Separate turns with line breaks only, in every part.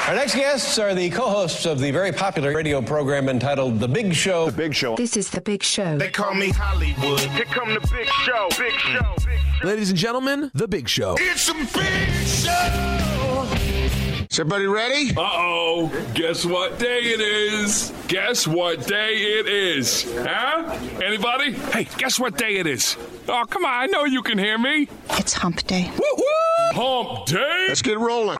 Our next guests are the co hosts of the very popular radio program entitled The Big Show.
The Big Show.
This is The Big Show.
They call me Hollywood.
Here come the big show, big show, big show.
Ladies and gentlemen, The Big Show.
It's a big show. Is everybody ready?
Uh oh. Guess what day it is? Guess what day it is? Huh? Anybody? Hey, guess what day it is? Oh, come on. I know you can hear me.
It's hump day.
Woo woo! Hump day!
Let's get rolling.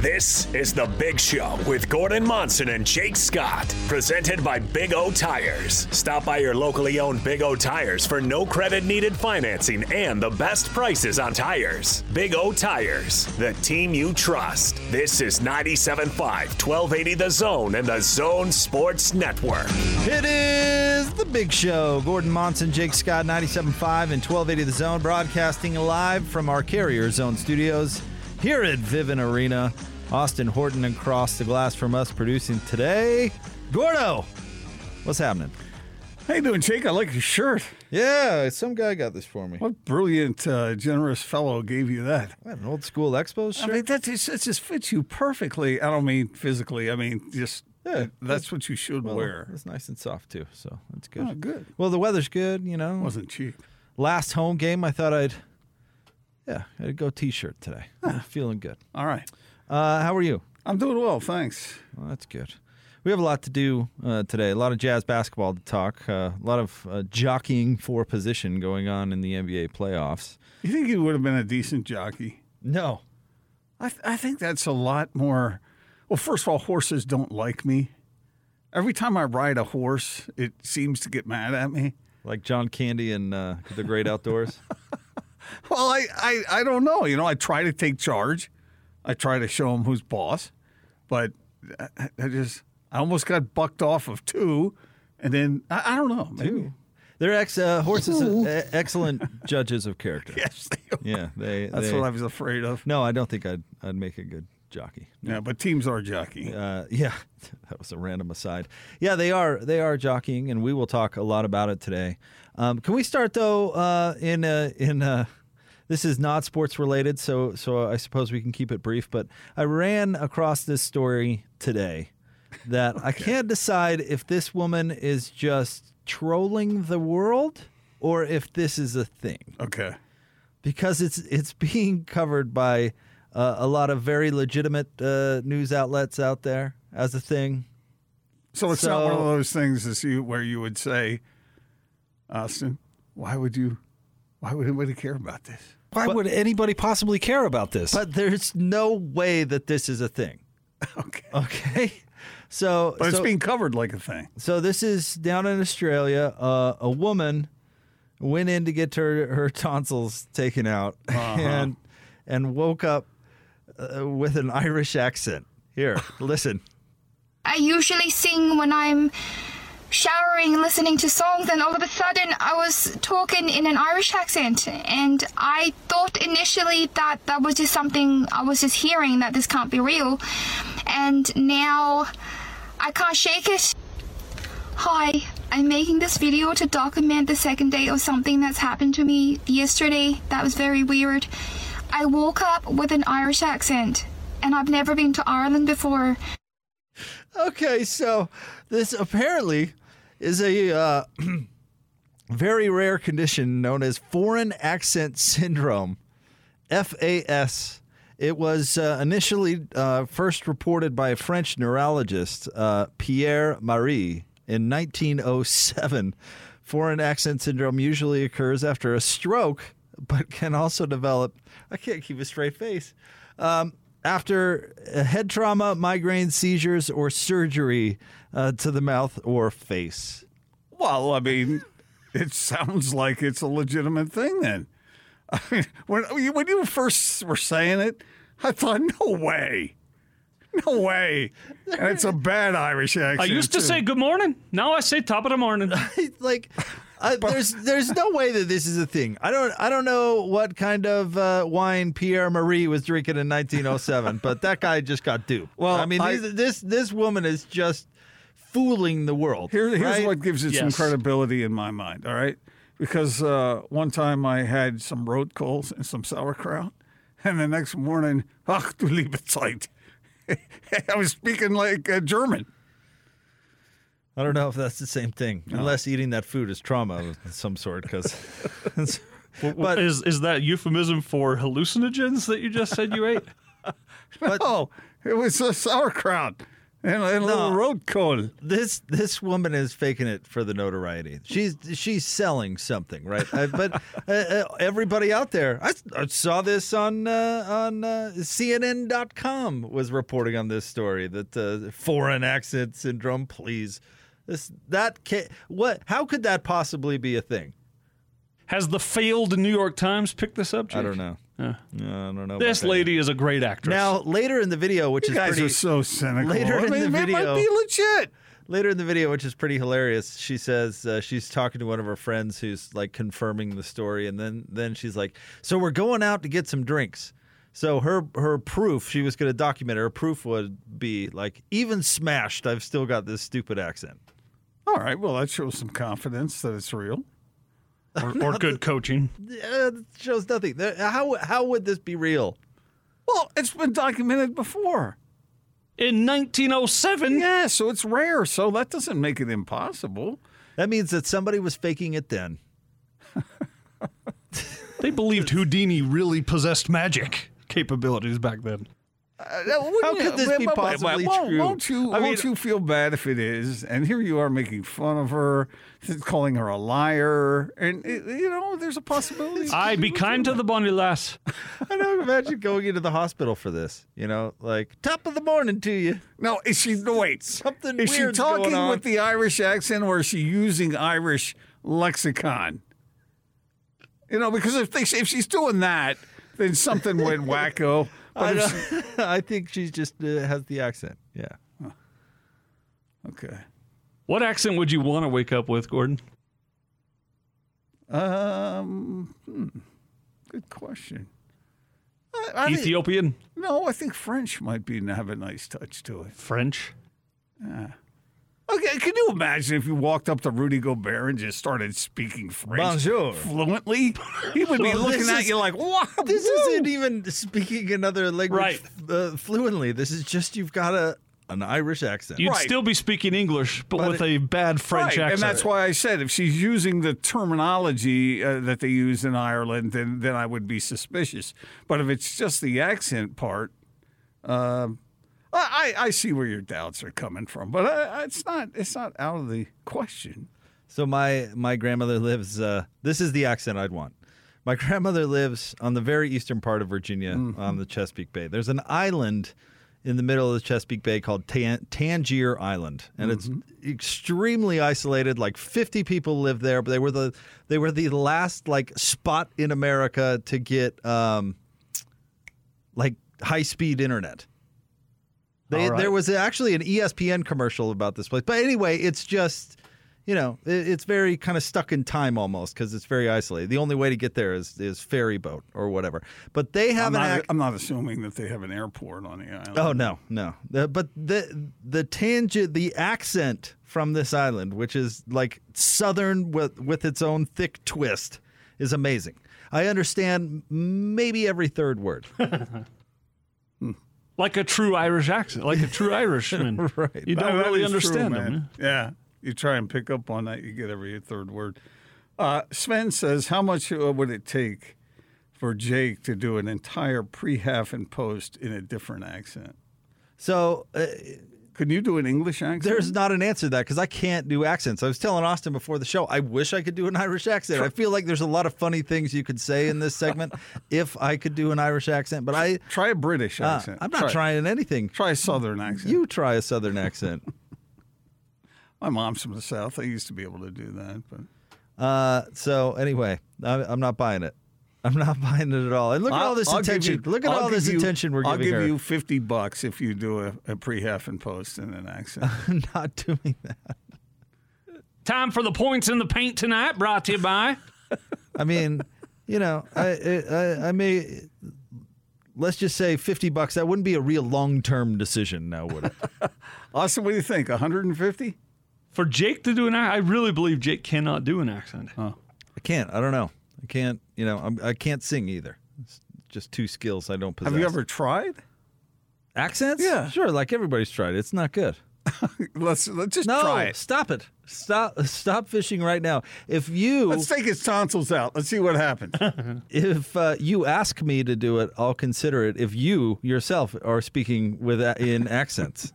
This is The Big Show with Gordon Monson and Jake Scott, presented by Big O Tires. Stop by your locally owned Big O Tires for no credit needed financing and the best prices on tires. Big O Tires, the team you trust. This is 97.5, 1280 The Zone and The Zone Sports Network.
It is the big show. Gordon Monson, Jake Scott, 97.5 and 1280 The Zone, broadcasting live from our Carrier Zone studios here at Vivint Arena. Austin Horton across the glass from us producing today. Gordo, what's happening?
How you doing, Jake? I like your shirt.
Yeah, some guy got this for me.
What brilliant, uh, generous fellow gave you that?
What, an old school Expos
I
shirt?
mean, that just, that just fits you perfectly. I don't mean physically. I mean just
Yeah.
that's what you should
Well,
wear.
It's nice and soft too, so that's good.
Oh, good.
Well, the weather's good, you know.
Wasn't cheap.
Last home game, I thought I'd, yeah, I'd go t-shirt today. Feeling good.
All right.
Uh, how are you?
I'm doing well, thanks.
Well, that's good. We have a lot to do uh, today. A lot of jazz basketball to talk. Uh, a lot of uh, jockeying for position going on in the NBA playoffs.
You think you would have been a decent jockey?
No,
I, th- I think that's a lot more. Well, first of all, horses don't like me. Every time I ride a horse, it seems to get mad at me.
like John Candy and uh, the Great Outdoors.
Well, I, I, I don't know. You know, I try to take charge. I try to show them who's boss, but I, I just I almost got bucked off of two, and then I, I don't know. Maybe.
They're ex uh, horses, uh, excellent judges of character.
Yes, they are.
Yeah, they.
that's
they-
what I was afraid of.
No, I don't think I'd I'd make a good jockey.
Yeah, but teams are jockey.
Uh, yeah, that was a random aside. Yeah, they are they are jockeying, and we will talk a lot about it today. Um, can we start though? Uh, in uh, in uh, this is not sports related, so so I suppose we can keep it brief. But I ran across this story today that I can't decide if this woman is just trolling the world or if this is a thing
Okay.
because it's it's being covered by uh, a lot of very legitimate uh, news outlets out there as a thing.
So it's not one of
So-
those things to see where you would say, Austin, why would you, why would anybody care about this?
Why would anybody possibly care about this?
But there's no way that this is a thing.
Okay.
Okay, so
But it's
so-
being covered like a thing.
So this is down in Australia. Uh, a woman went in to get her, her tonsils taken out
Uh-huh.
and and woke up uh, with an Irish accent. Here, listen.
I usually sing when I'm showering, listening to songs, and all of a sudden I was talking in an Irish accent. And I thought initially that that was just something I was just hearing, that this can't be real. And now I can't shake it. Hi, I'm making this video to document the second day of something that's happened to me yesterday that was very weird. I woke up with an Irish accent, and I've never been to Ireland before.
Okay, so this apparently is a uh, very rare condition known as foreign accent syndrome, FAS. It was uh, initially uh, first reported by a French neurologist, uh, Pierre Marie, in 1907. Foreign accent syndrome usually occurs after a stroke, but can also develop. I can't keep a straight face um, after uh, head trauma, migraine, seizures, or surgery uh, to the mouth or face.
Well, I mean, it sounds like it's a legitimate thing then. I mean, when, when you first were saying it, I thought, no way. No way. And it's a bad Irish accent.
I used to
too.
say good morning. Now I say top of the morning.
like, I, there's there's no way that this is a thing. I don't I don't know what kind of uh, wine Pierre Marie was drinking in 1907, but that guy just got duped. Well, I mean,
I-
these, this this woman is just fooling the world.
Here, here's
right?
what gives it some
Yes.
credibility in my mind. All right, because uh, one time I had some road coals and some sauerkraut, and the next morning, ach du liebe Zeit, I was speaking like uh, German.
I don't know if that's the same thing, unless eating that food is trauma of some sort. Because, but
is is that euphemism for hallucinogens that you just said you ate?
oh, it was a sauerkraut and, and a little
No.
road coal.
this this woman is faking it for the notoriety. She's she's selling something, right? I, but uh, uh, everybody out there, I, I saw this on uh, on uh, CNN.com was reporting on this story that uh, foreign accent syndrome. Please, this that ca- what? How could that possibly be a thing?
Has the failed New York Times picked this up?
I
Jake?
don't know. No, I don't know.
This
about that.
lady is a great actress.
Now later in the video, which
You
is
guys
pretty,
are so cynical.
later
I
in
mean,
the
that
video-
might be legit.
Later in the video, which is pretty hilarious, she says uh, she's talking to one of her friends who's like confirming the story, and then then she's like, "So we're going out to get some drinks." So her her proof, she was going to document it, her proof would be like, "Even smashed, I've still got this stupid accent."
All right, well that shows some confidence that it's real.
or, or good coaching.
Uh, it shows nothing. There- How how would this be real?
Well, it's been documented before.
In 1907,
Yeah, so it's rare. So that doesn't make it impossible.
That means that somebody was faking it then.
they believed Houdini really possessed magic capabilities back then.
How
could this be possibly true?
Won't you,
I mean-
won't you feel bad if it is? And here you are making fun of her, calling her a liar. And, it, you know, there's a possibility.
I be kind to the bonny lass.
I don't imagine going into the hospital for this. You know, like top of the morning to you.
no, is she, no, wait.
Something
Is she
weird's going
talking
on.
with the Irish accent or is she using Irish lexicon? You know, because if, they, if she's doing that, then something went wacko.
I,
But if she-
don't- I think she just uh, has the accent. Yeah.
okay.
What accent would you want to wake up with, Gordon?
Um, hmm. good question. I, I think-
Ethiopian,
no, I think French might be have a nice touch to it.
French.
Okay, can you imagine if you walked up to Rudy Gobert and just started speaking French
Bonjour.
fluently? He would be
Well,
looking
this
at
is-
you like, "What?
This
Whoa."
isn't even speaking another language
Right.
f- uh, fluently. This is just you've got a an Irish accent.
You'd
Right.
still be speaking English, but,
But
with
it-
a bad
Right,
French accent.
and that's why I said if she's using the terminology uh, that they use in Ireland, then then I would be suspicious. But if it's just the accent part, um, I I I see where your doubts are coming from, but I, I- it's not it's not out of the question.
So my my grandmother lives. Uh, this is the accent I'd want. My grandmother lives on the very eastern part of Virginia, on the Chesapeake Bay. There's an island in the middle of the Chesapeake Bay called Tan- Tangier Island, and it's extremely isolated. Like 50 people live there, but they were the they were the last like spot in America to get um, like high speed internet. They, There was actually an E ESPN commercial about this place. But anyway, it's just, you know, it, it's very kind of stuck in time almost because it's very isolated. The only way to get there is is ferry boat or whatever. But they have
I'm
an.
not,
ac-
I'm not assuming that they have an airport on the island.
oh no, no. The- but the the tangent, the accent from this island, which is like southern with with its own thick twist, is amazing. I understand maybe every third word.
like a true Irish accent, like a true Irishman.
Right.
You don't
That
really
is true,
understand
man.
them. huh?
Yeah, you try and pick up on that, you get every third word. Uh, Sven says, "How much uh, would it take for Jake to do an entire pre-half and post in a different accent?
So uh,
Can you do an English accent?
There's not an answer to that because I can't do accents. I was telling Austin before the show, I wish I could do an Irish accent. I feel like there's a lot of funny things you could say in this segment if I could do an Irish accent, but I,
try a British
uh,
accent.
I'm not
Try-
trying anything.
Try a Southern accent.
You try a Southern accent.
My mom's from the South. I used to be able to do that, but
Uh, so anyway, I, I'm not buying it. I'm not buying it at all. And look at all this
I'll give
attention.
you-
look at
I'll
all this
give you-
attention we're
I'll
giving
give
her.
you fifty bucks if you do a, a pre-half and post in an accent.
I'm not doing that.
Time for the points in the paint tonight, brought to you by.
I mean, you know, I, I, I, I may. Let's just say 50 bucks. That wouldn't be a real long term decision now, would it?
Austin, what do you think? One hundred and fifty?
For Jake to do an accent, I really believe Jake cannot do an accent.
I can't. I don't know. I can't. You know, I'm, I can't sing either. It's just two skills I don't possess.
Have you ever tried?
accents? Yeah, sure. Like everybody's tried. It's not good.
let's let's just
no,
try it.
Stop it. Stop. Stop fishing right now. If you
Let's take his tonsils out. Let's see what happens.
if uh, you ask me to do it, I'll consider it. If you yourself are speaking with a- in accents,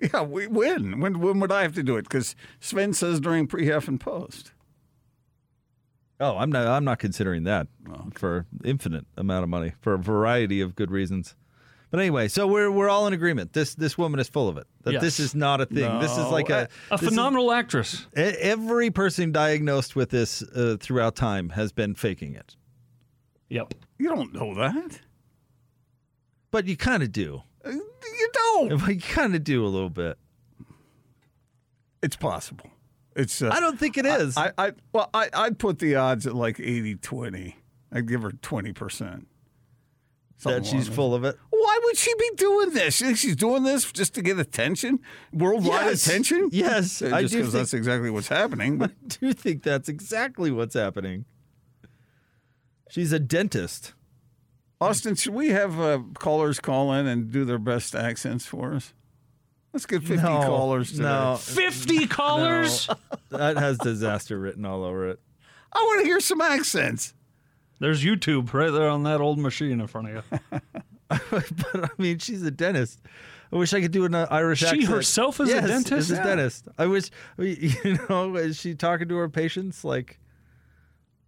yeah, we, when? when? When would I have to do it? Because Sven says during pre, half, and post.
oh, I'm not. I'm not considering that for infinite amount of money for a variety of good reasons. But anyway, so we're we're all in agreement. This this woman is full of it. That
Yes.
this is not a thing. This is
No,
like a
a
this is-
phenomenal actress.
E- Every person diagnosed with this uh, throughout time has been faking it.
Yep.
You don't know that. Uh,
But you kind of do.
You don't.
You kind of do a little bit.
It's possible. It's. Uh,
I don't think it is.
I, I well, I I'd put the odds at like 80-20. I'd give her twenty percent.
that she's full of it.
Why would she be doing this? You think she's doing this just to get attention, worldwide
Yes.
attention?
Yes,
Uh,
I
just
do
because that's
think-
exactly what's happening. But
I do think that's exactly what's happening. She's a dentist.
Austin, should we have uh, callers call in and do their best accents for us? Let's get fifty
No,
callers. Today.
no.
50 callers?
That has disaster written all over it.
I want to hear some accents.
There's YouTube right there on that old machine in front of you.
But I mean, she's a dentist. I wish I could do an uh, Irish
She
accent.
herself is a
Yes,
dentist?
Is a
Yeah.
dentist. I wish. I mean, you know, is she talking to her patients like,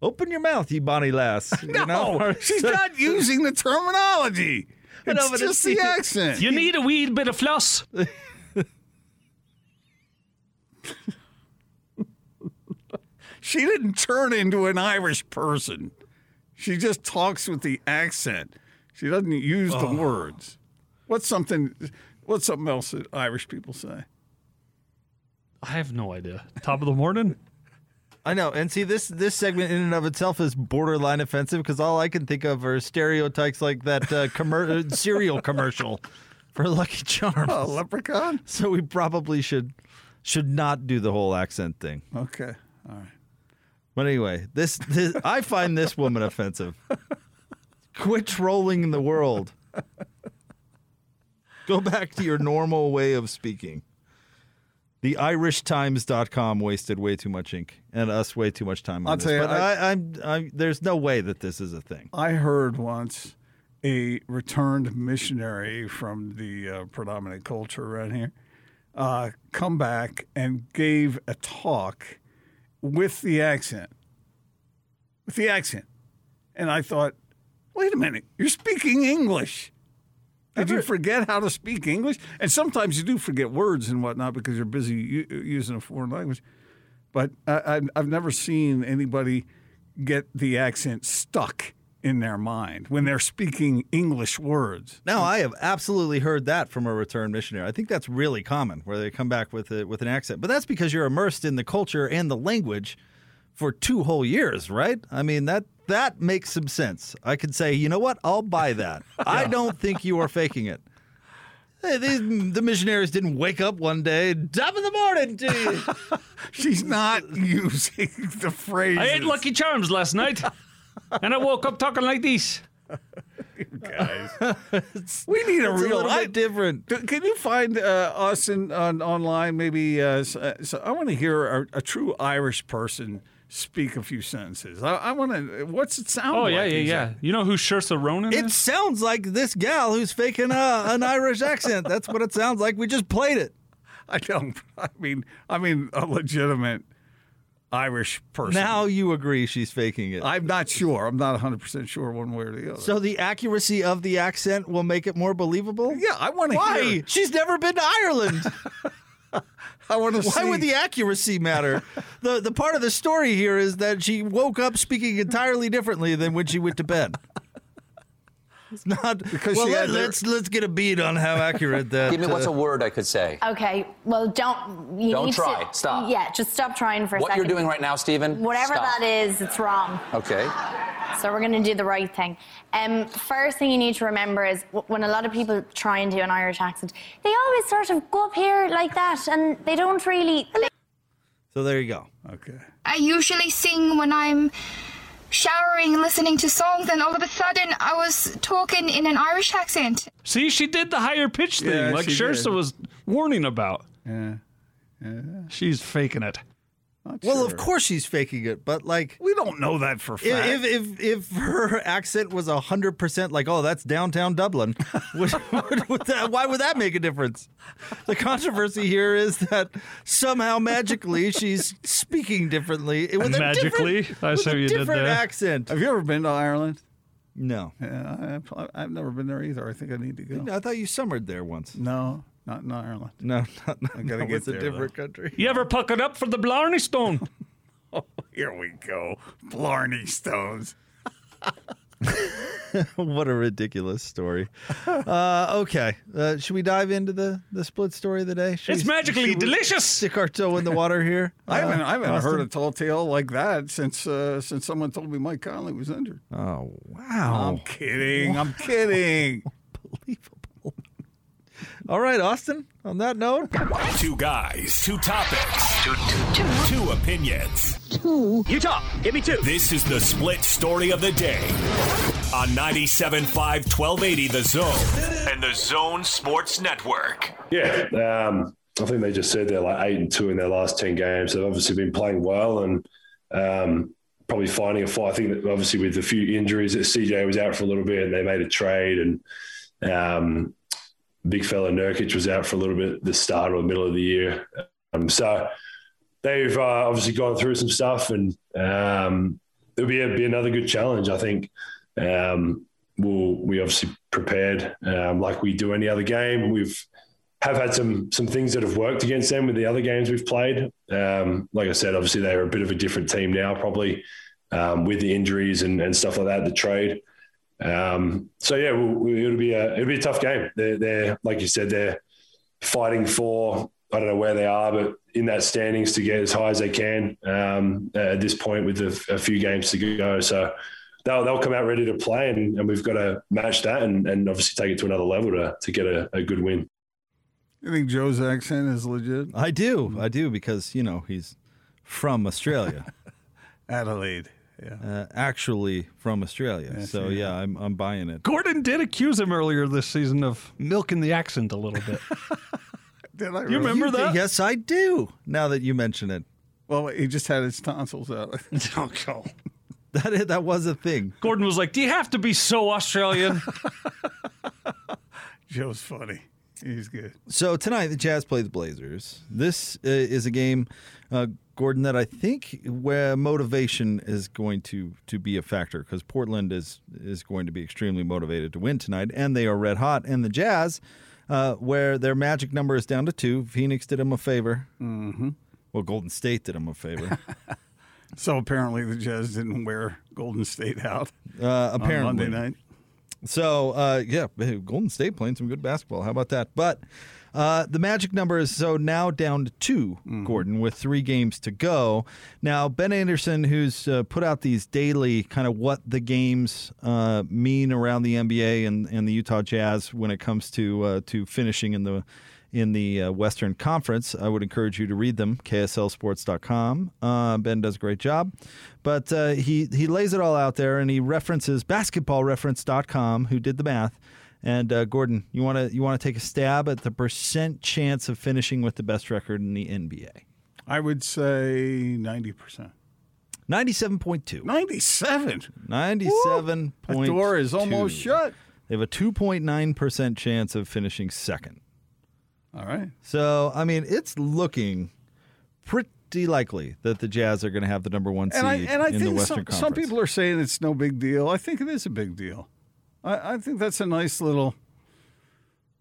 "Open your mouth, you bonny lass." no, you know?
Oh,
Or
she's
something.
not using the terminology.
I
It's
know, but
just
it's-
the accent.
You need a wee bit of floss.
She didn't turn into an Irish person. She just talks with the accent. She doesn't use the words. What's something? What's something else that Irish people say?
I have no idea. Top of the morning?
I know, and see this this segment in and of itself is borderline offensive because all I can think of are stereotypes like that uh, commer- uh, cereal commercial for Lucky Charms.
A leprechaun.
So we probably should should not do the whole accent thing.
Okay. All right.
But anyway, this, this I find this woman offensive. Quit trolling the world. Go back to your normal way of speaking. The IrishTimes.com wasted way too much ink and us way too much time on
I'll
this.
tell you,
but
I-
I, I'm, I'm, there's no way that this is a thing.
I heard once a returned missionary from the uh, predominant culture around here uh, come back and gave a talk with the accent. With the accent. And I thought, wait a minute, you're speaking English. Did you forget how to speak English? And sometimes you do forget words and whatnot because you're busy u- using a foreign language. But I, I've, I've never seen anybody get the accent stuck in their mind when they're speaking English words.
Now I have absolutely heard that from a returned missionary. I think that's really common where they come back with a, with an accent, but that's because you're immersed in the culture and the language for two whole years, right? I mean that that makes some sense. I could say, you know what? I'll buy that. I don't think you are faking it. Hey, these, the missionaries didn't wake up one day, top in the morning to you.
She's not using the phrase.
I ate Lucky Charms last night. And I woke up talking like this.
guys. we need
It's a
a real.
little
I-
bit different.
D- Can you find uh, us in, on online? Maybe uh, s- uh, so I want to hear a, a true Irish person speak a few sentences. I, I want to. What's it sound?
Oh,
like?
yeah, yeah, yeah. You know who Shirsa Ronan
It
is?
sounds like this gal who's faking uh, an Irish accent. That's what it sounds like. We just played it.
I don't. I mean, I mean a legitimate Irish person.
Now you agree she's faking it.
I'm not sure. I'm not 100 percent sure one way or the other.
So the accuracy of the accent will make it more believable?
yeah, I want to
Why?
hear.
She's never been to Ireland.
I want to.
Why would the accuracy matter? The the part of the story here is that she woke up speaking entirely differently than when she went to bed. It's not
Because
well.
she
Let,
had her-
us let's get a beat on how accurate that. uh,
Give me what's a word I could say.
Okay, well, don't. You
Don't
need
try.
To,
Stop.
Yeah, just stop trying for a
What
second.
you're doing right now, Stephen?
Whatever
stop.
that is, it's wrong.
Okay.
so we're going to do the right thing. Um, first thing you need to remember is w- when a lot of people try and do an Irish accent, they always sort of go up here like that, and they don't really.
So there you go.
Okay.
I usually sing when I'm showering, listening to songs, and all of a sudden I was talking in an Irish accent.
See, she did the higher pitch thing,
Yeah,
like
she
Shersa
did.
was warning about.
Yeah.
She's faking it.
well, of course she's faking it, but like
we don't know that for fact.
If if if, if her accent was hundred percent like, oh, that's downtown Dublin, would, would, would that, why would that make a difference? The controversy here is that somehow magically she's speaking differently with a
Magically?
different,
I see
with a
what you did
different
there.
accent.
Have you ever been to Ireland?
No,
Yeah, I, I've never been there either. I think I need to go.
I thought you summered there once.
No, not in Ireland.
No, not, not,
I gotta
no,
get
it's a
there,
different country.
You ever puck it up for the Blarney Stone?
Here we go, Blarney Stones.
what a ridiculous story. Uh, okay, uh, should we dive into the the split story of the day? Should
It's
we-
magically
should we
delicious.
Stick our toe in the water here.
I haven't
Uh,
I haven't
Austin?
heard a tall tale like that since uh, since someone told me Mike Conley was injured.
Oh wow!
I'm kidding. I'm kidding.
Unbelievable. All right, Austin. On that note,
Two guys, two topics, two, two, two. opinions.
Two.
You talk. Give me two. This is the split story of the day on 97.5 1280 The Zone and The Zone Sports Network.
Yeah, um, I think they just said they're like eight and two in their last ten games. They've obviously been playing well and um, probably finding a fight. I think that obviously with the few injuries that CJ was out for a little bit, and they made a trade, and um, big fella Nurkic was out for a little bit at the start or middle of the year. Um, so they've uh, obviously gone through some stuff, and um, it'll be, be another good challenge. I think um, we'll, we obviously prepared um, like we do any other game. We've have had some some things that have worked against them with the other games we've played. Um, like I said, obviously they're a bit of a different team now, probably um, with the injuries and, and stuff like that. The trade. Um, so yeah, we, we, it'll be a it'll be a tough game. They're, they're like you said, they're fighting for I don't know where they are, but in that standings to get as high as they can um, at this point with a, a few games to go. So they'll they'll come out ready to play, and, and we've got to match that and, and obviously take it to another level to to get a, a good win.
You think Joe's accent is legit?
I do, I do, because you know he's from Australia,
Adelaide. Yeah.
uh, actually from Australia. so yeah, I'm I'm buying it.
Gordon did accuse him earlier this season of milking the accent a little bit.
Did I
You remember
did-
that?
Yes, I do. Now that you mention it,
Well, he just had his tonsils out. oh, God.
that i- that was a thing.
Gordon was like, "Do you have to be so Australian?"
Joe's funny. He's good.
So tonight the Jazz play the Blazers. This uh, is a game, uh, Gordon, that I think where motivation is going to to be a factor because Portland is is going to be extremely motivated to win tonight, and they are red hot. And the Jazz, uh, where their magic number is down to two, Phoenix did them a favor. Mm-hmm. Well, Golden State did them a favor.
So apparently the Jazz didn't wear Golden State out.
Uh,
on
apparently,
Monday night.
So uh, yeah, hey, Golden State playing some good basketball. How about that? But uh, the magic number is so now down to 2 Gordon, with three games to go. Now Ben Anderson, who's uh, put out these daily kind of what the games uh, mean around the NBA and, and the Utah Jazz when it comes to uh, to finishing in the in the uh, Western Conference. I would encourage you to read them, kslsports.com. Uh, ben does a great job. But uh, he, he lays it all out there and he references basketballreference.com, who did the math. And uh, Gordon, you want to you want to take a stab at the percent chance of finishing with the best record in the NBA?
I would say 90%.
97.2.
97?
97.
That door is almost shut.
They have a 2.9% chance of finishing second.
All right.
So, I mean, it's looking pretty likely that the Jazz are going to have the number one seed
and I, and I
in
think
the Western
some,
Conference.
some people are saying it's no big deal. I think it is a big deal. I, I think that's a nice little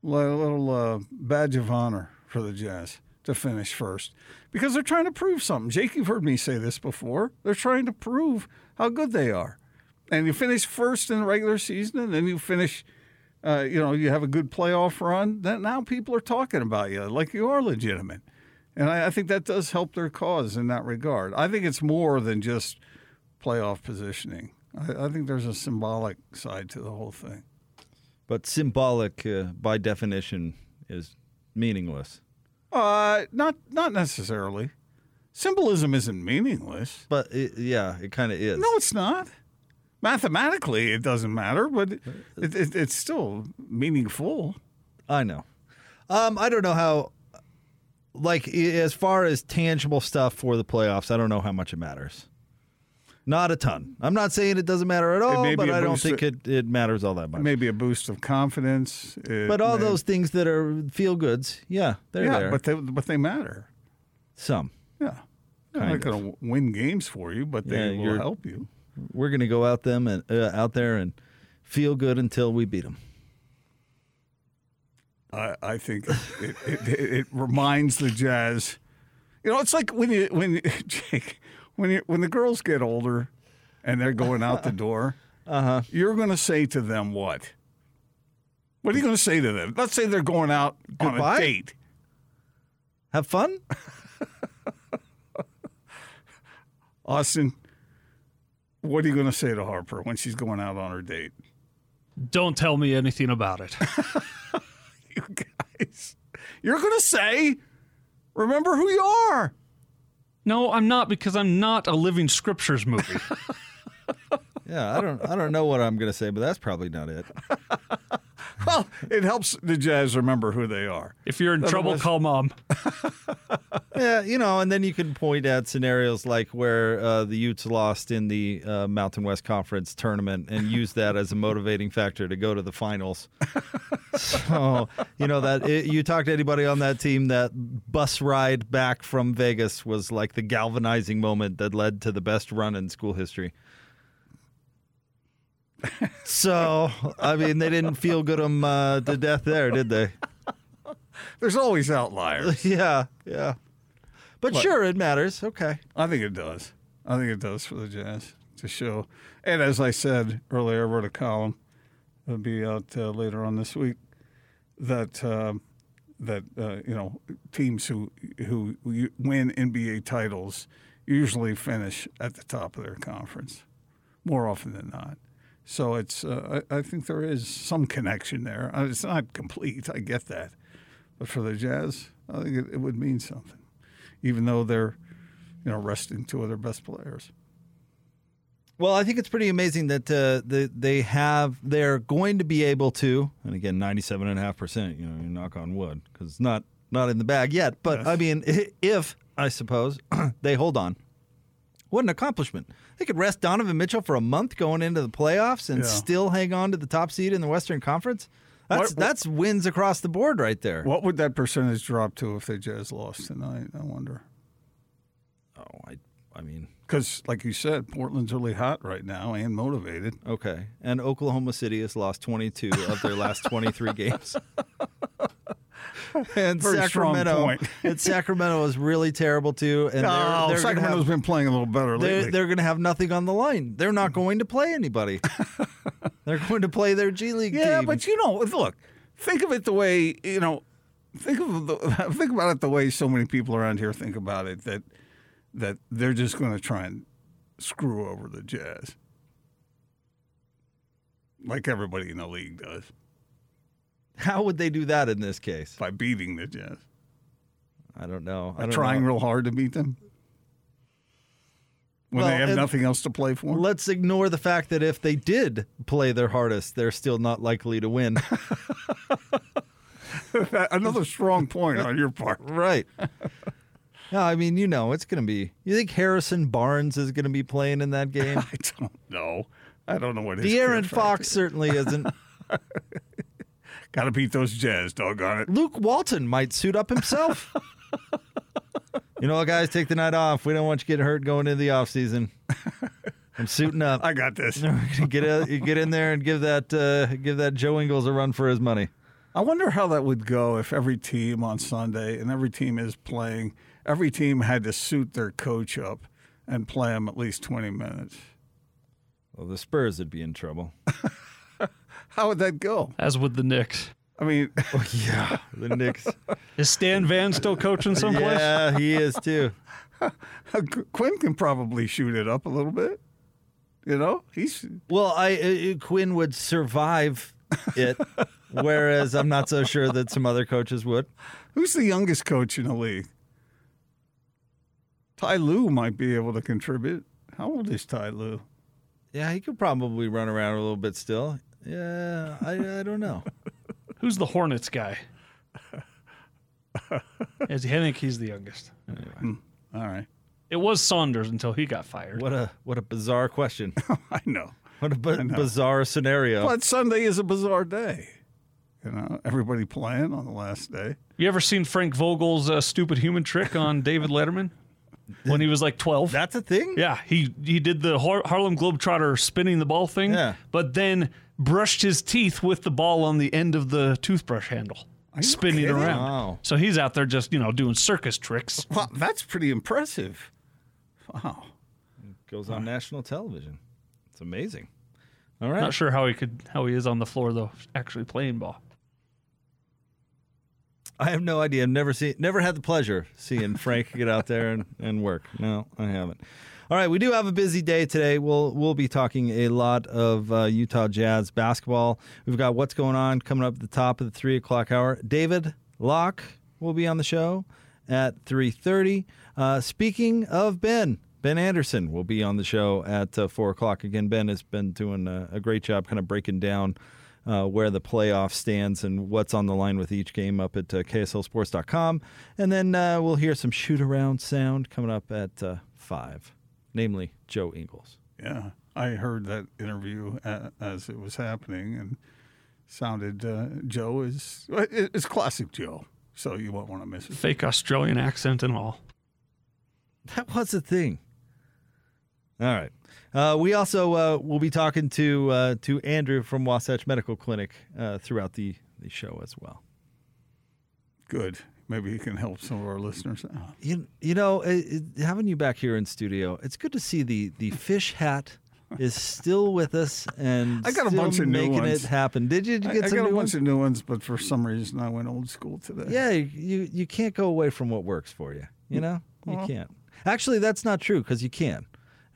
li- little uh, badge of honor for the Jazz to finish first because they're trying to prove something. Jake, you've heard me say this before. They're trying to prove how good they are, and you finish first in the regular season, and then you finish. Uh, you know, you have a good playoff run. That now people are talking about you like you are legitimate. And I, I think that does help their cause in that regard. I think it's more than just playoff positioning. I, I think there's a symbolic side to the whole thing.
But symbolic, uh, by definition, is meaningless.
Uh, not not necessarily. Symbolism isn't meaningless.
But it, yeah, it kind of is.
No, it's not. Mathematically, it doesn't matter, but it, it, it's still meaningful.
I know. Um, I don't know how. Like i- as far as tangible stuff for the playoffs, I don't know how much it matters. Not a ton. I'm not saying it doesn't matter at all,
may be
but
a
I don't
boost
think
to-
it, it matters all that much.
Maybe a boost of confidence. It
but all
may-
those things that are feel goods, yeah, they're
yeah,
there.
but they but they matter.
Some.
Yeah, they're
Kind
not
of.
going to win games for you, but they
Yeah,
will
you're-
help you.
We're gonna go out them and uh, out there and feel good until we beat them.
I, I think it, it, it, it reminds the jazz. You know, it's like when you when you- Jake when you when the girls get older and they're going out the door. Uh-huh. You're going to say to them what? What are you going to say to them? Let's say they're going out on
Goodbye?
a date.
Have fun.
Austin, what are you going to say to Harper when she's going out on her date?
Don't tell me anything about it.
You're going to say, remember who you are.
No, I'm not because I'm not a living scriptures movie.
Yeah, I don't I don't know what I'm gonna say, but that's probably not it.
Well, it helps the Jazz remember who they are.
If you're in trouble,
Otherwise-
call mom.
yeah, you know, and then you can point out scenarios like where uh, the Utes lost in the uh, Mountain West Conference tournament and use that as a motivating factor to go to the finals. so, you know, that it, you talk to anybody on that team, that bus ride back from Vegas was like the galvanizing moment that led to the best run in school history. So, I mean, they didn't feel good 'em, uh, to death there, did they?
There's always outliers.
yeah, yeah. But
What?
sure, it matters. Okay.
I think it does. I think it does for the Jazz to show. And as I said earlier, I wrote a column that'll be out uh, later on this week that um that uh, you know teams who who u- win NBA titles usually finish at the top of their conference more often than not. So it's uh, I, I think there is some connection there. Uh, It's not complete. I get that, but for the Jazz, I think it, it would mean something, even though they're you know resting two of their best players.
Well, I think it's pretty amazing that uh, the, they have they're going to be able to, and again, ninety-seven and a half percent. You know, you knock on wood because it's not not in the bag yet. But I mean, i- if I suppose they hold on, what an accomplishment! They could rest Donovan Mitchell for a month going into the playoffs and
Yeah.
still hang on to the top seed in the Western Conference. That's
What-
that's wins across the board right there.
What would that percentage drop to if the Jazz lost tonight? I wonder.
Oh, I I mean,
Because, like you said, Portland's really hot right now and motivated.
okay. And Oklahoma City has lost twenty-two of their last twenty-three games. and
Very strong
Sacramento.
point.
and Sacramento is really terrible too. And
no,
they're, they're gonna
Sacramento's
have,
been playing a little
they're,
better lately. Mm-hmm.
they're going to have nothing on the line. They're not going to play anybody. they're going to play their G League
yeah,
team.
but you know, look, think of it the way you know, think of the, think about it the way so many people around here think about it that that they're just going to try and screw over the Jazz, like everybody in the league does
How would they do that in this case?
by beating the Jazz,
I don't know. I
by
don't
trying
know.
real hard to beat them when
Well,
they have
and-
nothing else to play for.
Let's ignore the fact that if they did play their hardest, they're still not likely to win.
Another strong point on your part.
right. No, I mean, you know, it's going to be. You think Harrison Barnes is going to be playing in that game?
I don't know. I don't know what his
De'Aaron
contract
Fox
is.
certainly isn't.
Got to beat those Jazz. Doggone it.
Luke Walton might suit up himself. you know what, guys? Take the night off. We don't want you getting hurt going into the offseason. I'm suiting up.
I got this.
get out, you get in there and give that uh, give that Joe Ingles a run for his money.
I wonder how that would go if every team on Sunday and every team is playing, every team had to suit their coach up and play him at least 20 minutes.
Well, the Spurs would be in trouble.
How would that go?
As with the Knicks.
I mean,
yeah, the Knicks.
Is Stan Van still coaching someplace?
Yeah, he is too.
Quinn can probably shoot it up a little bit. You know, he's
well. I uh, Quinn would survive it, whereas I'm not so sure that some other coaches would.
Who's the youngest coach in the league? Ty Lue might be able to contribute. How old is Ty Lue?
Yeah, he could probably run around a little bit still. Yeah, I, I don't know.
Who's the Hornets guy? As I think he's the youngest. Anyway.
All right.
It was Saunders until he got fired.
What a what a bizarre question.
I know.
What a bu- bizarre scenario.
But Sunday is a bizarre day. You know, everybody playing on the last day.
You ever seen Frank Vogel's uh, stupid human trick on David Letterman when he was like 12?
That's a thing?
Yeah, he he did the Har- Harlem Globetrotter spinning the ball thing,
Yeah.
but then brushed his teeth with the ball on the end of the toothbrush handle. Spinning
kidding?
around.
Wow.
So he's out there just, you know, doing circus tricks.
Wow, that's pretty impressive. Wow.
Goes on national television. It's amazing. All right.
Not sure how he could how he is on the floor though, actually playing ball.
I have no idea. I've never seen, never had the pleasure seeing Frank get out there and, and work. No, I haven't. All right, we do have a busy day today. We'll we'll be talking a lot of uh, Utah Jazz basketball. We've got what's going on coming up at the top of the three o'clock hour. David Locke will be on the show at three thirty. Uh, speaking of Ben. Ben Anderson will be on the show at uh, four o'clock again. Ben has been doing a, a great job, kind of breaking down uh, where the playoff stands and what's on the line with each game up at uh, KSLSports.com. And then uh, we'll hear some shoot around sound coming up at uh, 5, namely Joe Ingles.
Yeah, I heard that interview a- as it was happening, and sounded uh, Joe is well, it- it's classic Joe, so you won't want to miss it.
Fake Australian accent and all.
That was a thing. All right. Uh, we also uh, will be talking to uh, to Andrew from Wasatch Medical Clinic uh, throughout the, the show as well.
Good, maybe he can help some of our listeners out.
You, you know, it, it- having you back here in studio, it's good to see the, the fish hat is still with us and
I got a
still
bunch of new
making
ones.
it happen. Did you get
I, I
some
got
new
a bunch
ones?
of new ones, but for some reason I went old school today.
Yeah, you, you you can't go away from what works for you. You
Mm,
know, you
Well.
can't. Actually, that's not true because you can.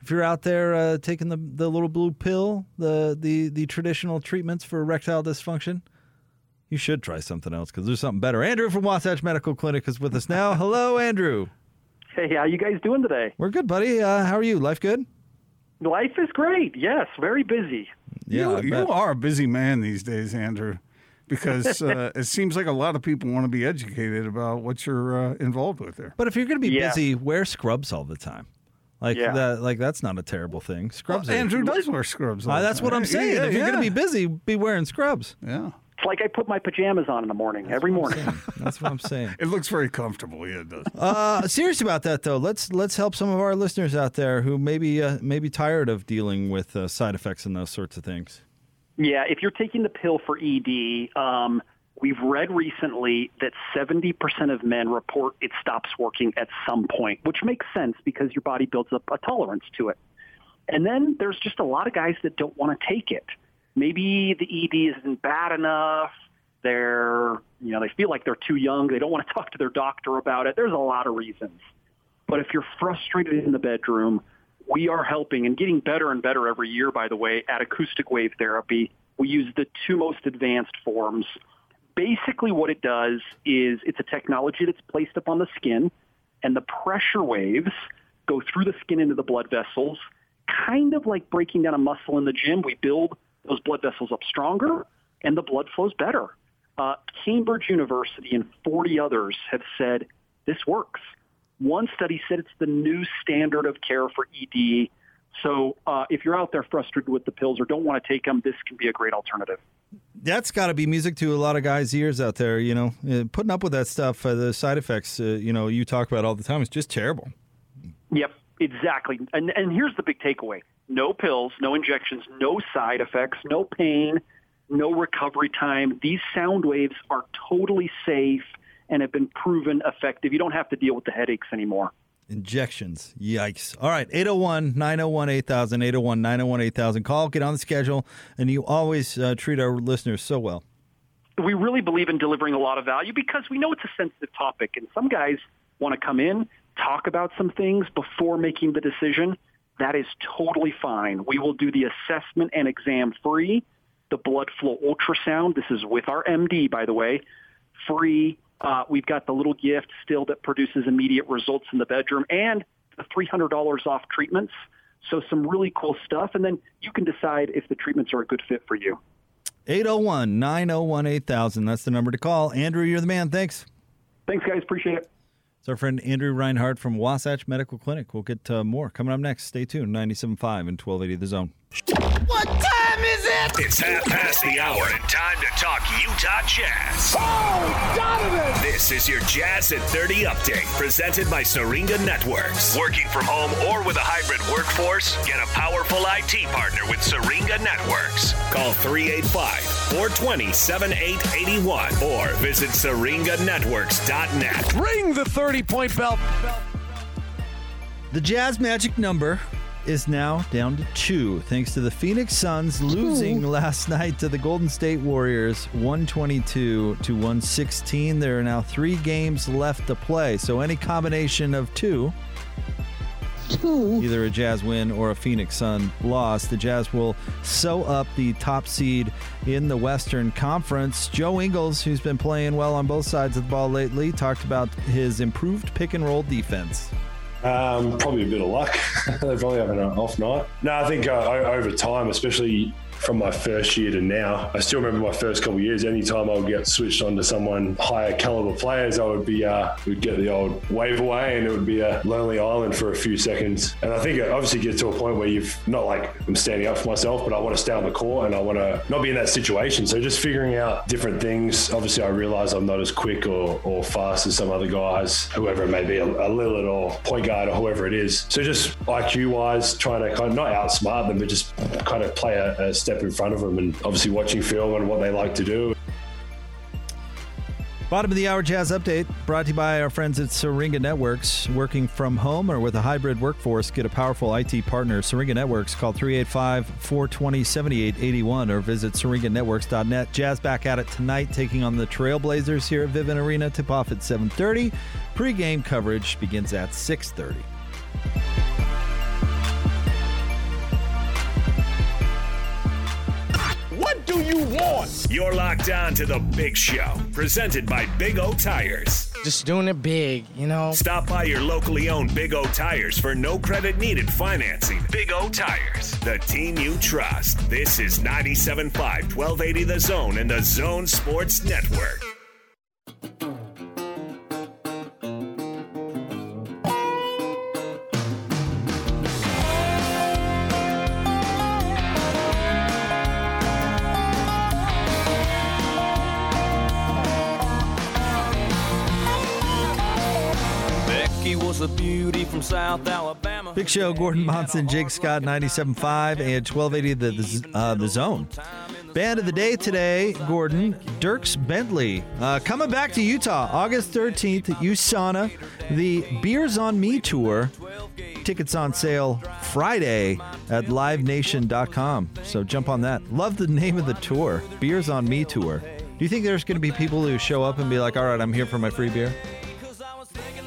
If you're out there uh, taking the the little blue pill, the the the traditional treatments for erectile dysfunction, you should try something else because there's something better. Andrew from Wasatch Medical Clinic is with us now. Hello, Andrew.
Hey, how you guys doing today?
We're good, buddy. Uh, how are you? Life good?
Life is great. Yes, very busy.
Yeah, I
you, you
bet.
are a busy man these days, Andrew, because uh, it seems like a lot of people want to be educated about what you're uh, involved with there.
But if you're going to be
Yeah.
busy, wear scrubs all the time. Like
Yeah.
that, like that's not a terrible thing. Scrubs. are-
Andrew does wear scrubs. all
Uh,
the
that's what
time.
I'm saying.
Yeah,
if you're going to
yeah.
be busy, be wearing scrubs.
Yeah.
It's like I put my pajamas on in the morning every morning.
That's what I'm saying.
It looks very comfortable. Yeah, it does.
uh, serious about that though. Let's let's help some of our listeners out there who maybe uh, maybe tired of dealing with uh, side effects and those sorts of things.
Yeah, if you're taking the pill for ED, um, we've read recently that 70% of men report it stops working at some point, which makes sense because your body builds up a tolerance to it. And then there's just a lot of guys that don't want to take it. Maybe the ED isn't bad enough. They're, you know, they feel like they're too young. They don't want to talk to their doctor about it. There's a lot of reasons. But if you're frustrated in the bedroom, we are helping and getting better and better every year, by the way, at acoustic wave therapy. We use the two most advanced forms. Basically, what it does is it's a technology that's placed upon the skin, and the pressure waves go through the skin into the blood vessels, kind of like breaking down a muscle in the gym. We build those blood vessels up stronger, and the blood flows better. Uh, Cambridge University and 40 others have said this works. One study said it's the new standard of care for ED. So uh, if you're out there frustrated with the pills or don't want to take them, this can be a great alternative.
That's got to be music to a lot of guys' ears out there. You know, uh, putting up with that stuff, uh, the side effects. Uh, you know, you talk about all the time. It's just terrible.
Yep, exactly. And, and here's the big takeaway. No pills, no injections, no side effects, no pain, no recovery time. These sound waves are totally safe and have been proven effective. You don't have to deal with the headaches anymore.
Injections. Yikes. All right. 801 901 8000. 801 901 8000. Call, get on the schedule. And you always uh, treat our listeners so well.
we really believe in delivering a lot of value because we know it's a sensitive topic and some guys want to come in, talk about some things before making the decision. That is totally fine. We will do the assessment and exam free. The blood flow ultrasound, this is with our MD, by the way, free. Uh, we've got the little gift still that produces immediate results in the bedroom and the $300 off treatments. So some really cool stuff. And then you can decide if the treatments are a good fit for you.
801 901 8000. That's the number to call. Andrew, you're the man. Thanks.
Thanks, guys. Appreciate it.
It's our friend Andrew Reinhardt from Wasatch Medical Clinic. We'll get uh, more coming up next. Stay tuned. 97.5 and 1280 The Zone.
What time is it?
It's half past the hour and time to talk Utah Jazz.
Oh, Donovan!
This is your Jazz at 30 update presented by Syringa Networks. Working from home or with a hybrid workforce, get a powerful IT partner with Syringa Networks. Call 385 420 7881 or visit syringanetworks.net.
Ring the 30 point bell.
The Jazz magic number is now down to two, thanks to the Phoenix Suns losing last night to the Golden State Warriors 122 to 116. There are now three games left to play. So any combination of two, either a Jazz win or a Phoenix Sun loss, the Jazz will sew up the top seed in the Western Conference. Joe Ingles, who's been playing well on both sides of the ball lately, talked about his improved pick and roll defense.
Um, probably a bit of luck. they probably having an off night. No, I think uh, o- over time, especially from my first year to now, I still remember my first couple of years. Anytime I would get switched onto someone higher caliber players, I would be uh, would get the old wave away, and it would be a lonely island for a few seconds. And I think it obviously gets to a point where you've not like I'm standing up for myself, but I want to stay on the court and I want to not be in that situation. So just figuring out different things. Obviously, I realize I'm not as quick or, or fast as some other guys, whoever it may be, a, a Lillard or point guard or whoever it is. So just IQ wise, trying to kind of not outsmart them, but just kind of play a, a step in front of them and obviously watching film and what they like to do.
Bottom of the hour jazz update brought to you by our friends at Syringa Networks. Working from home or with a hybrid workforce, get a powerful IT partner. Syringa Networks, call 385 420 7881 or visit syringanetworks.net. Jazz back at it tonight, taking on the Trailblazers here at Vivint Arena. Tip off at 7.30. Pre-game coverage begins at 6.30.
What do you want?
You're locked on to the Big Show, presented by Big O Tires.
Just doing it big, you know.
Stop by your locally owned Big O Tires for no credit needed financing. Big O Tires, the team you trust. This is 97.5, 1280 The Zone and the Zone Sports Network.
Becky was a beauty from South Alabama.
Big Show, Gordon Monson, Jake Scott, 97.5 and 1280 The, the, uh, the Zone. Band of the day today, Gordon, Dirks Bentley. Uh, coming back to Utah, August 13th at USANA, the Beers on Me tour. Tickets on sale Friday at livenation.com. So jump on that. Love the name of the tour, Beers on Me tour. Do you think there's going to be people who show up and be like, all right, I'm here for my free beer?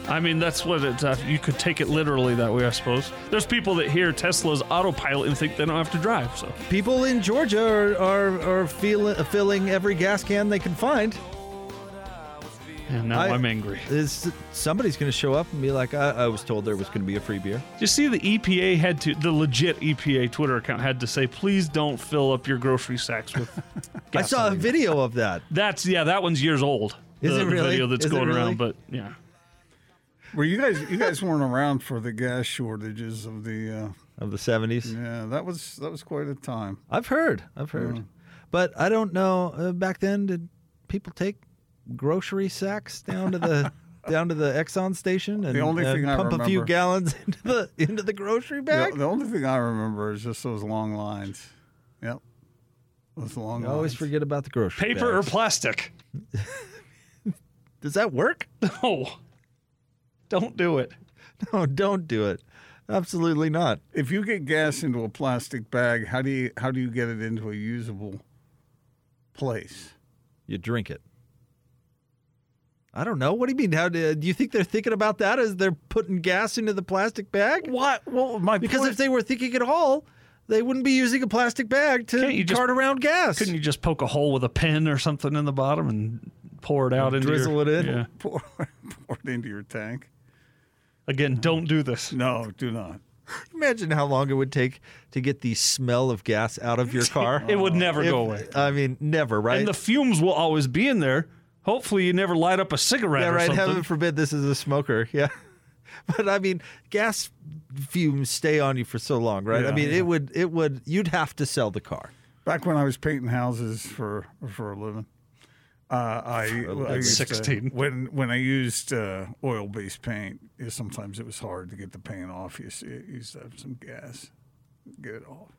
I mean, that's what it's. Uh, you could take it literally that way, I suppose. There's people that hear Tesla's autopilot and think they don't have to drive. So
People in Georgia are, are, are feel, filling every gas can they can find.
And
Oh,
now I, am angry.
Is, somebody's going to show up and be like, I, I was told there was going to be a free beer.
you see the EPA had to the legit EPA Twitter account had to say, please don't fill up your grocery sacks with.
I saw a
gasoline."
video of that.
That's yeah, that one's years old.
Is
the
it really?
Video that's
Is it
going
really?
around, but yeah.
Were you guys? You guys weren't around for the gas shortages of the. Uh,
Of the 70s.
yeah, that was that was quite a time.
I've heard. I've heard.
Mm.
But I don't know. Uh, back then, did people take grocery sacks down to the down to the Exxon station and,
the only
and
thing I
pump
remember,
a few gallons into the into the grocery
The,
bag?
the only thing I remember is just those long lines. Yep, those long
I always
lines.
forget about the grocery
Paper or
bags.
plastic?
Does that work?
No. Don't do it.
No, don't do it. Absolutely not.
If you get gas into a plastic bag, how do you how do you get it into a usable place?
You drink it. I don't know. What do you mean? How do, do you think they're thinking about that as they're putting gas into the plastic bag?
What? Well, my
because if they were thinking at all, they wouldn't be using a plastic bag to
Can't you
cart
just-
around gas.
Couldn't you just poke a hole with a pen or something in the bottom and pour it out into
Drizzle
your,
it in.
Yeah.
pour, pour it into your tank.
Again, don't do this.
No, do not.
Imagine how long it would take to get the smell of gas out of your car.
It would never
If-
go away.
I mean, never, right?
And the fumes will always be in there. Hopefully, you never light up a cigarette
yeah,
or
right.
something.
Heaven forbid this is a smoker. Yeah. But I mean, gas fumes stay on you for so long, right? I
Yeah,
mean,
yeah.
it would, it would, you'd have to sell the car.
Back when I was painting houses for for a living, uh, I,
For a
I
living.
used to-
16.
when when I used uh, oil based paint, yeah, sometimes it was hard to get the paint off. You see, you used to have some gas, get it off.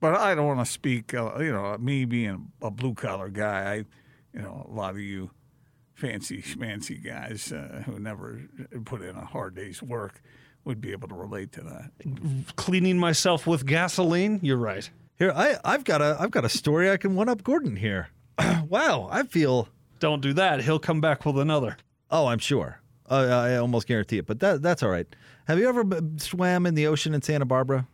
But I don't want to speak. Uh, you know, me being a blue collar guy, I, you know, a lot of you fancy schmancy guys uh, who never put in a hard day's work would be able to relate to that.
Cleaning myself with gasoline. You're right.
Here, I, I've got a, I've got a story I can one up Gordon here. wow, I feel.
Don't do that. He'll come back with another.
Oh, I'm sure. Uh, I almost guarantee it, but that, that's all right. Have you ever b- swam in the ocean in Santa Barbara,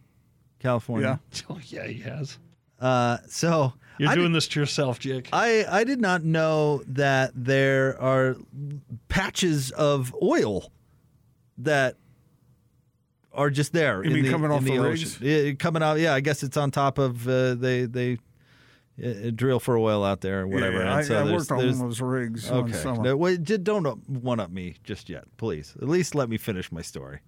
California?
Oh, yeah, he has.
Uh, so
You're
I
doing
did-
this to yourself, Jake.
I, I did not know that there are patches of oil that are just there.
You
in
mean
the,
coming
in
off
the,
the rigs?
ocean. Yeah, coming out. Yeah, I guess it's on top of uh, they they uh, drill for oil out there or whatever.
Yeah,
and
I,
so
I
there's-
worked on one
there's-
of those rigs one
Okay.
summer.
No, wait, j- don't up- one up me just yet, please. At least let me finish my story.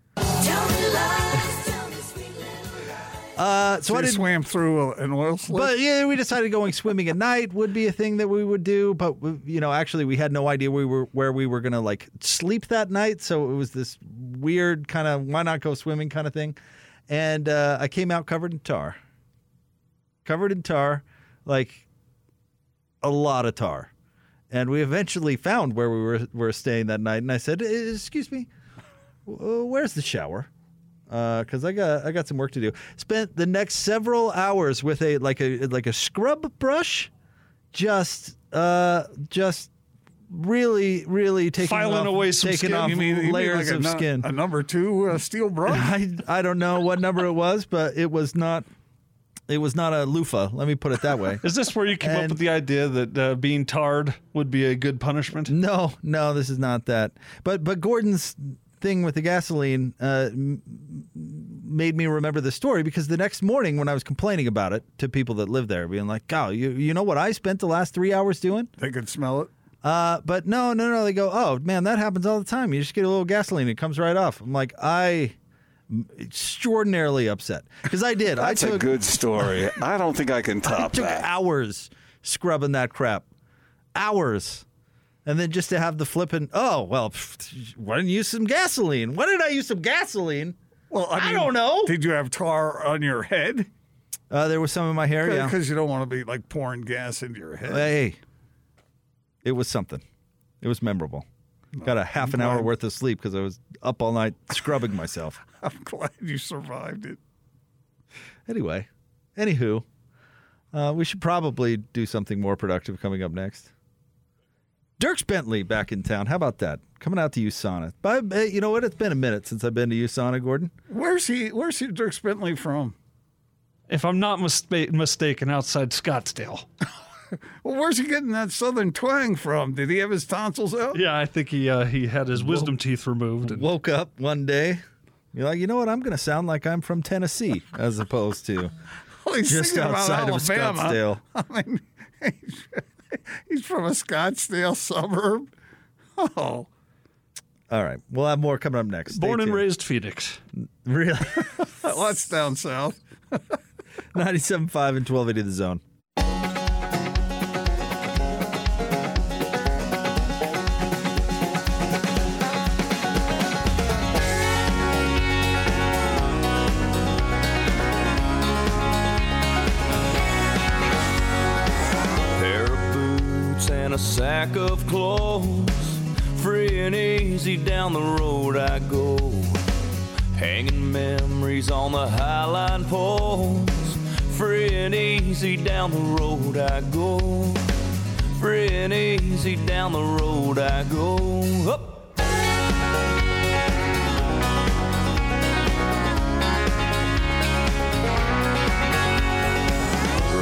Uh, so
So
I
I
didn't
swam through a, an oil slick.
But yeah, we decided going swimming at night would be a thing that we would do. But we- you know, actually, we had no idea we were where we were gonna like sleep that night. So it was this weird kind of why not go swimming kind of thing. And uh, I came out covered in tar, covered in tar, like a lot of tar. And we eventually found where we were were staying that night. And I said, "Eh, "Excuse me, w- uh, where's the shower?" because I got I got some work to do. Spent the next several hours with a like a like a scrub brush, just uh just really really taking
Filing
off,
away some
taking
skin.
off
you mean, you mean
layers
like a
of
nu-
skin.
A number two uh, steel brush.
I I don't know what number it was, but it was not it was not a loofah. Let me put it that way.
Is this where you came up
And-
with the idea that uh, being tarred would be a good punishment?
No, no, this is not that. But but Gordon's thing with the gasoline uh, m- made me remember the story because the next morning when I was complaining about it to people that live there, being like, "God, you you know what I spent the last three hours doing?"
They could smell it.
Uh, but no, no, no. They go, "Oh man, that happens all the time. You just get a little gasoline, it comes right off." I'm like, I. am Extraordinarily upset because I did. I
That's
took
a good story. I don't think I can top
it took
that.
hours scrubbing that crap. Hours. And then just to have the flippin', oh, well, pff, why didn't you use some gasoline? Why did I use some gasoline?
Well, I, mean,
don't know.
Did you have tar on your head?
Uh, there was some in my hair, yeah.
Because you don't want to be like pouring gas into your head.
Hey, it was something. It was memorable. Got a half an hour worth of sleep because I was up all night scrubbing myself.
I'm glad you survived it.
Anyway, anywho, uh, we should probably do something more productive coming up next. Dirks Bentley back in town. How about that? Coming out to USANA. But uh, you know what? It's been a minute since I've been to USANA, Gordon.
Where's he? Where's he? Dirk Bentley from?
If I'm not mispa- mistaken, outside Scottsdale.
Well, where's he getting that southern twang from? Did he have his tonsils out?
Yeah, I think he uh, he had his wisdom teeth removed. And
Woke up one day. You're like, you know what? I'm going to sound like I'm from Tennessee as opposed to
Well, he's
just
thinking about
outside of
Alabama.
Scottsdale.
I mean, he's from a Scottsdale suburb. Oh,
All right. We'll have more coming up next. Stay
Born and
tuned.
raised Phoenix.
Really?
well, that's down south.
97.5 and 1280 the zone.
Pair of boots and a sack of clothes. Free and easy down the road I go. Hanging memories on the highline poles. Free and easy down the road I go. Free and easy down the road I go. Up.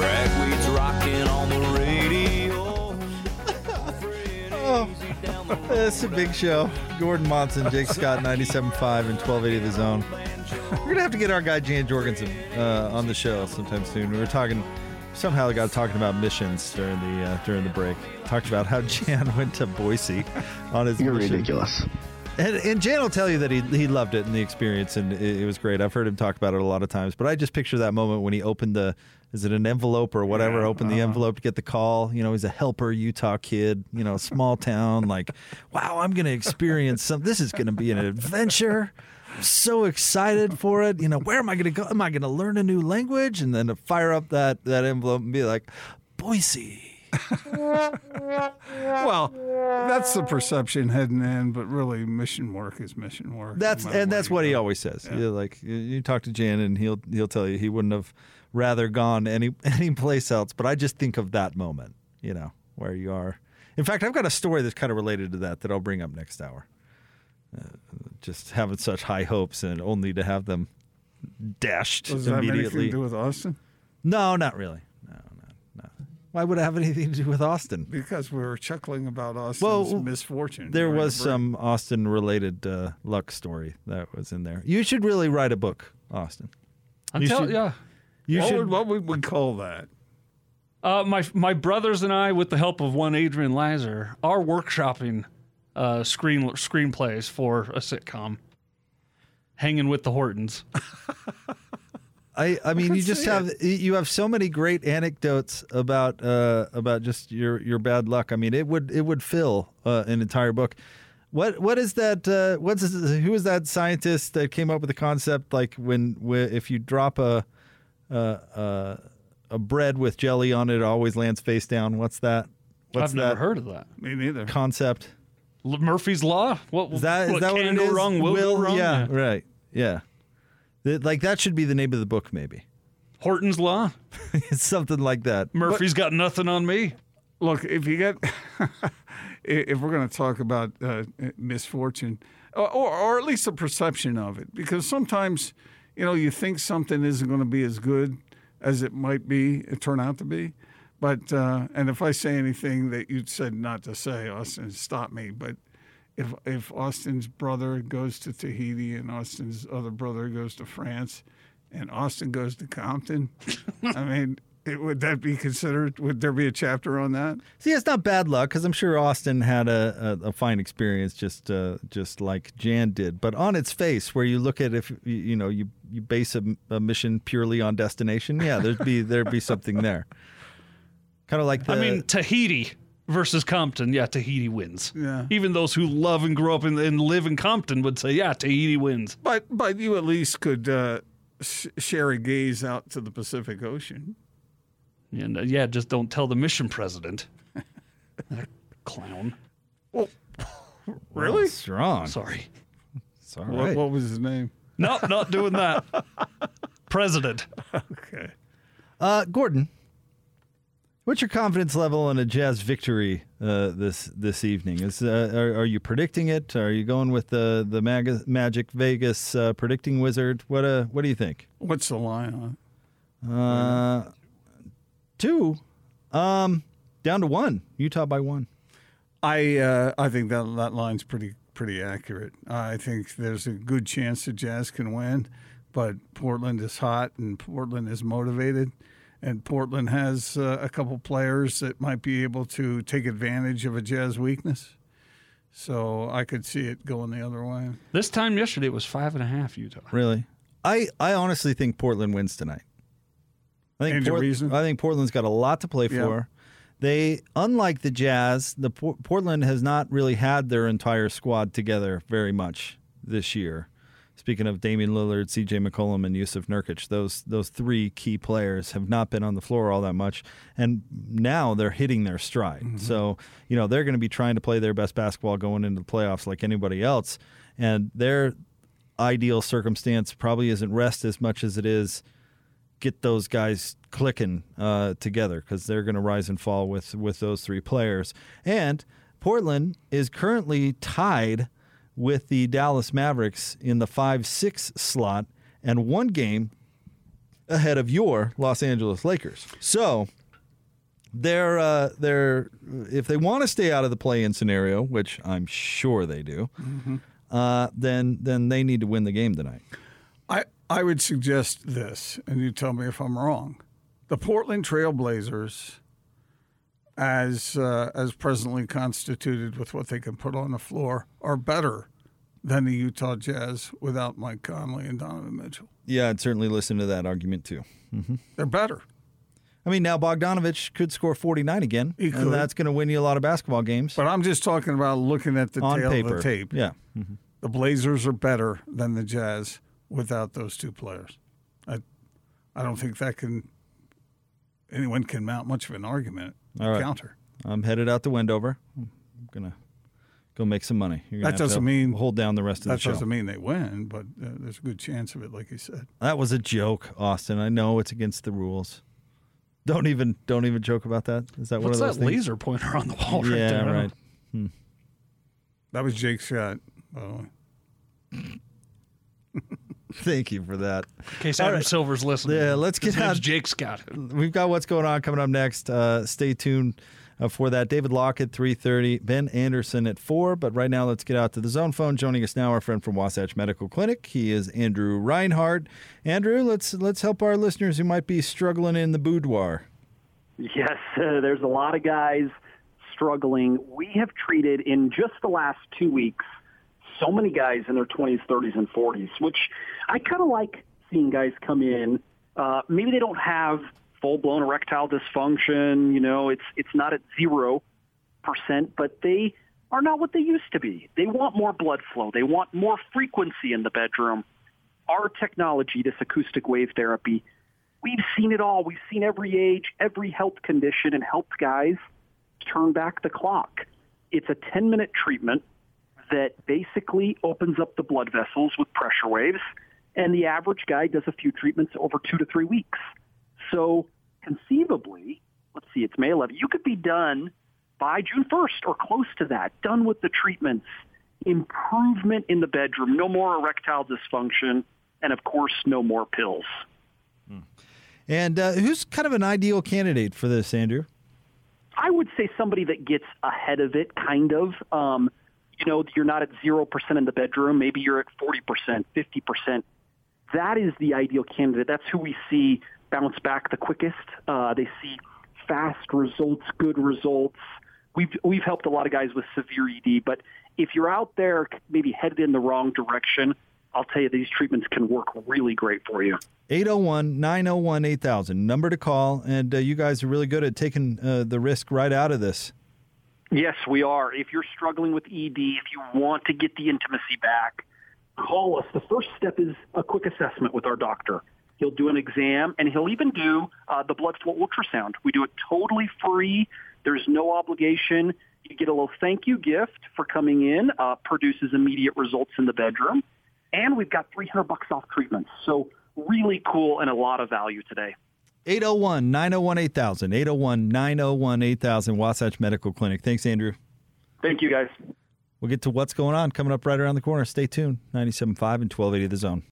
Ragweed's rocking on the radio.
Oh, it's a big show. Gordon Monson, Jake Scott, 97.5 and 1280 The Zone. We're going to have to get our guy Jan Jorgensen uh, on the show sometime soon. We were talking, somehow got talking about missions during the uh, during the break. Talked about how Jan went to Boise on his
You're
mission.
ridiculous.
And, and Jan will tell you that he, he loved it and the experience, and it, it was great. I've heard him talk about it a lot of times, but I just picture that moment when he opened the is it an envelope or whatever? opened the envelope to get the call. You know, he's a helper Utah kid, you know, small town. Like, wow, I'm going to experience some. This is going to be an adventure. I'm so excited for it. You know, where am I going to go? Am I going to learn a new language? And then to fire up that, that envelope and be like, Boise.
well, that's the perception heading in, but really, mission work is mission work.
That's
No matter
and
where
that's
you
what he
go.
always says. Yeah, like you, you talk to Jan, and he'll he'll tell you he wouldn't have rather gone any any place else. But I just think of that moment, you know, where you are. In fact, I've got a story that's kind of related to that that I'll bring up next hour. Uh, just having such high hopes and only to have them dashed
Does that have anything
immediately.
to do with Austin?
no, not really. No, no, no. Why would it have anything to do with Austin?
Because we were chuckling about Austin's misfortune.
There
during
was
the break.
some Austin related uh, luck story that was in there. You should really write a book, Austin.
I'm
You
tell-
should-
yeah.
You
what
should.
Would, what would we call that?
Uh, my my brothers and I, with the help of one Adrian Lizer, are workshopping uh, screen screenplays for a sitcom. Hanging with the Hortons.
I, I mean,
can
you just
see
have you have so many great anecdotes about uh, about just your, your bad luck. I mean, it would it would fill uh, an entire book. What what is that? Uh, what's this, who is that scientist that came up with the concept? Like when, whe- if you drop a uh, uh, a bread with jelly on it, it always lands face down. What's that? What's
I've never heard of that.
Me neither.
Concept.
L- Murphy's Law. What
Is that, is
what
that
can
what it
go
is?
wrong? Will, go wrong?
Yeah, right. Yeah. Th- Like that should be the name of the book, maybe.
Horton's Law.
Something like that.
Murphy's got nothing on me.
Look, if you get, i- if we're going to talk about uh, misfortune, or, or or at least a perception of it, because sometimes, you know, you think something isn't going to be as good as it might be, it turn out to be. But uh, and if I say anything that you said not to say, Austin, stop me. But if if Austin's brother goes to Tahiti and Austin's other brother goes to France, and Austin goes to Compton, I mean, it, would that be considered? Would there be a chapter on that?
See, it's not bad luck because I'm sure Austin had a, a, a fine experience, just uh, just like Jan did. But on its face, where you look at if you, you know you you base a, a mission purely on destination, yeah, there'd be there'd be something there. Kind of like the
I mean, Tahiti versus Compton. Yeah, Tahiti wins.
Yeah.
Even those who love and grow up and, and live in Compton would say, yeah, Tahiti wins.
But but you at least could uh, sh- share a gaze out to the Pacific Ocean.
And uh, yeah, just don't tell the mission president. That clown.
Really?
oh, strong.
Sorry.
Sorry.
What, what was his name?
No, not doing that. President.
Okay.
Uh, Gordon, what's your confidence level in a Jazz victory uh, this this evening? Is uh, are, are you predicting it? Are you going with the the Mag- Magic Vegas uh, predicting wizard? What uh, what do you think?
What's the line on?
Uh, two, um, down to one. Utah by one.
I uh, I think that that line's pretty pretty accurate. I think there's a good chance the Jazz can win, but Portland is hot and Portland is motivated, and Portland has uh, a couple players that might be able to take advantage of a Jazz weakness. So I could see it going the other way.
This time yesterday it was five and a half Utah.
Really? I I honestly think Portland wins tonight. I think
Any reason?
I think Portland's got a lot to play
Yeah.
for. They, unlike the Jazz, the Por- Portland has not really had their entire squad together very much this year. Speaking of Damian Lillard, C.J. McCollum, and Yusuf Nurkic, those those three key players have not been on the floor all that much, and now they're hitting their stride. So you know they're going to be trying to play their best basketball going into the playoffs like anybody else, and their ideal circumstance probably isn't rest as much as it is get those guys clicking uh, together because they're going to rise and fall with with those three players. And Portland is currently tied with the Dallas Mavericks in the five six slot and one game ahead of your Los Angeles Lakers. So they're uh, they're if they want to stay out of the play in scenario, which I'm sure they do,
Mhm.
uh, then then they need to win the game tonight.
I, I would suggest this, and you tell me if I'm wrong. The Portland Trailblazers, as uh, as presently constituted with what they can put on the floor, are better than the Utah Jazz without Mike Conley and Donovan Mitchell.
Yeah, I'd certainly listen to that argument too. Mhm.
They're better.
I mean, now Bogdanovich could score 49 again,
He could.
and that's going to win you a lot of basketball games.
But I'm just talking about looking at the
On
tail of
paper,
the tape.
yeah.
The Blazers are better than the Jazz without those two players. I I don't think that can anyone can mount much of an argument
All right.
counter.
I'm headed out to Wendover. I'm gonna go make some money. You're gonna
That
have to
doesn't mean-
hold down the rest of
That
the show.
doesn't mean they win, but uh, there's a good chance of it, like you said.
That was a joke, Austin. I know it's against the rules. Don't even don't even joke about that. Is that
What's
one of those
that
things?
laser pointer on the wall right
yeah,
there? I don't-
right.
That was Jake's shot, uh, by the way.
Thank you for that.
In case
All
Adam
right.
Silver's listening.
Yeah, let's
His
get
name's
out-
Jake Scott.
We've got what's going on coming up next. Uh, stay tuned uh, for that. David Locke at 3.30, Ben Anderson at 4. But right now, let's get out to the zone phone. Joining us now, our friend from Wasatch Medical Clinic. He is Andrew Reinhardt. Andrew, let's let's help our listeners who might be struggling in the boudoir.
Yes, uh, there's a lot of guys struggling. We have treated in just the last two weeks so many guys in their 20s, 30s, and 40s, which I kind of like seeing guys come in. Uh, maybe they don't have full-blown erectile dysfunction. You know, it's it's not at zero percent, but they are not what they used to be. They want more blood flow. They want more frequency in the bedroom. Our technology, this acoustic wave therapy, we've seen it all. We've seen every age, every health condition, and helped guys turn back the clock. It's a 10 minute treatment that basically opens up the blood vessels with pressure waves, and the average guy does a few treatments over two to three weeks. So conceivably, let's see, it's May 11th, you could be done by June 1st or close to that, done with the treatments, improvement in the bedroom, no more erectile dysfunction, and of course, no more pills.
And uh, who's kind of an ideal candidate for this, Andrew?
I would say somebody that gets ahead of it, kind of. Um, you know, you're not at 0% in the bedroom. Maybe you're at 40%, 50%. That is the ideal candidate. That's who we see bounce back the quickest. Uh, they see fast results, good results. We've, we've helped a lot of guys with severe ED, but if you're out there maybe headed in the wrong direction, I'll tell you these treatments can work really great for you.
801 901 8000, number to call. And uh, you guys are really good at taking uh, the risk right out of this.
Yes, we are. If you're struggling with ED, if you want to get the intimacy back, call us. The first step is a quick assessment with our doctor. He'll do an exam and he'll even do uh, the blood flow ultrasound. We do it totally free. There's no obligation. You get a little thank you gift for coming in. Uh, produces immediate results in the bedroom, and we've got 300 bucks off treatments. So really cool and a lot of value today.
801 901 8000. 801 901 8000 Wasatch Medical Clinic. Thanks, Andrew.
Thank you, guys.
We'll get to what's going on coming up right around the corner. Stay tuned. 97.5 and 1280 The Zone.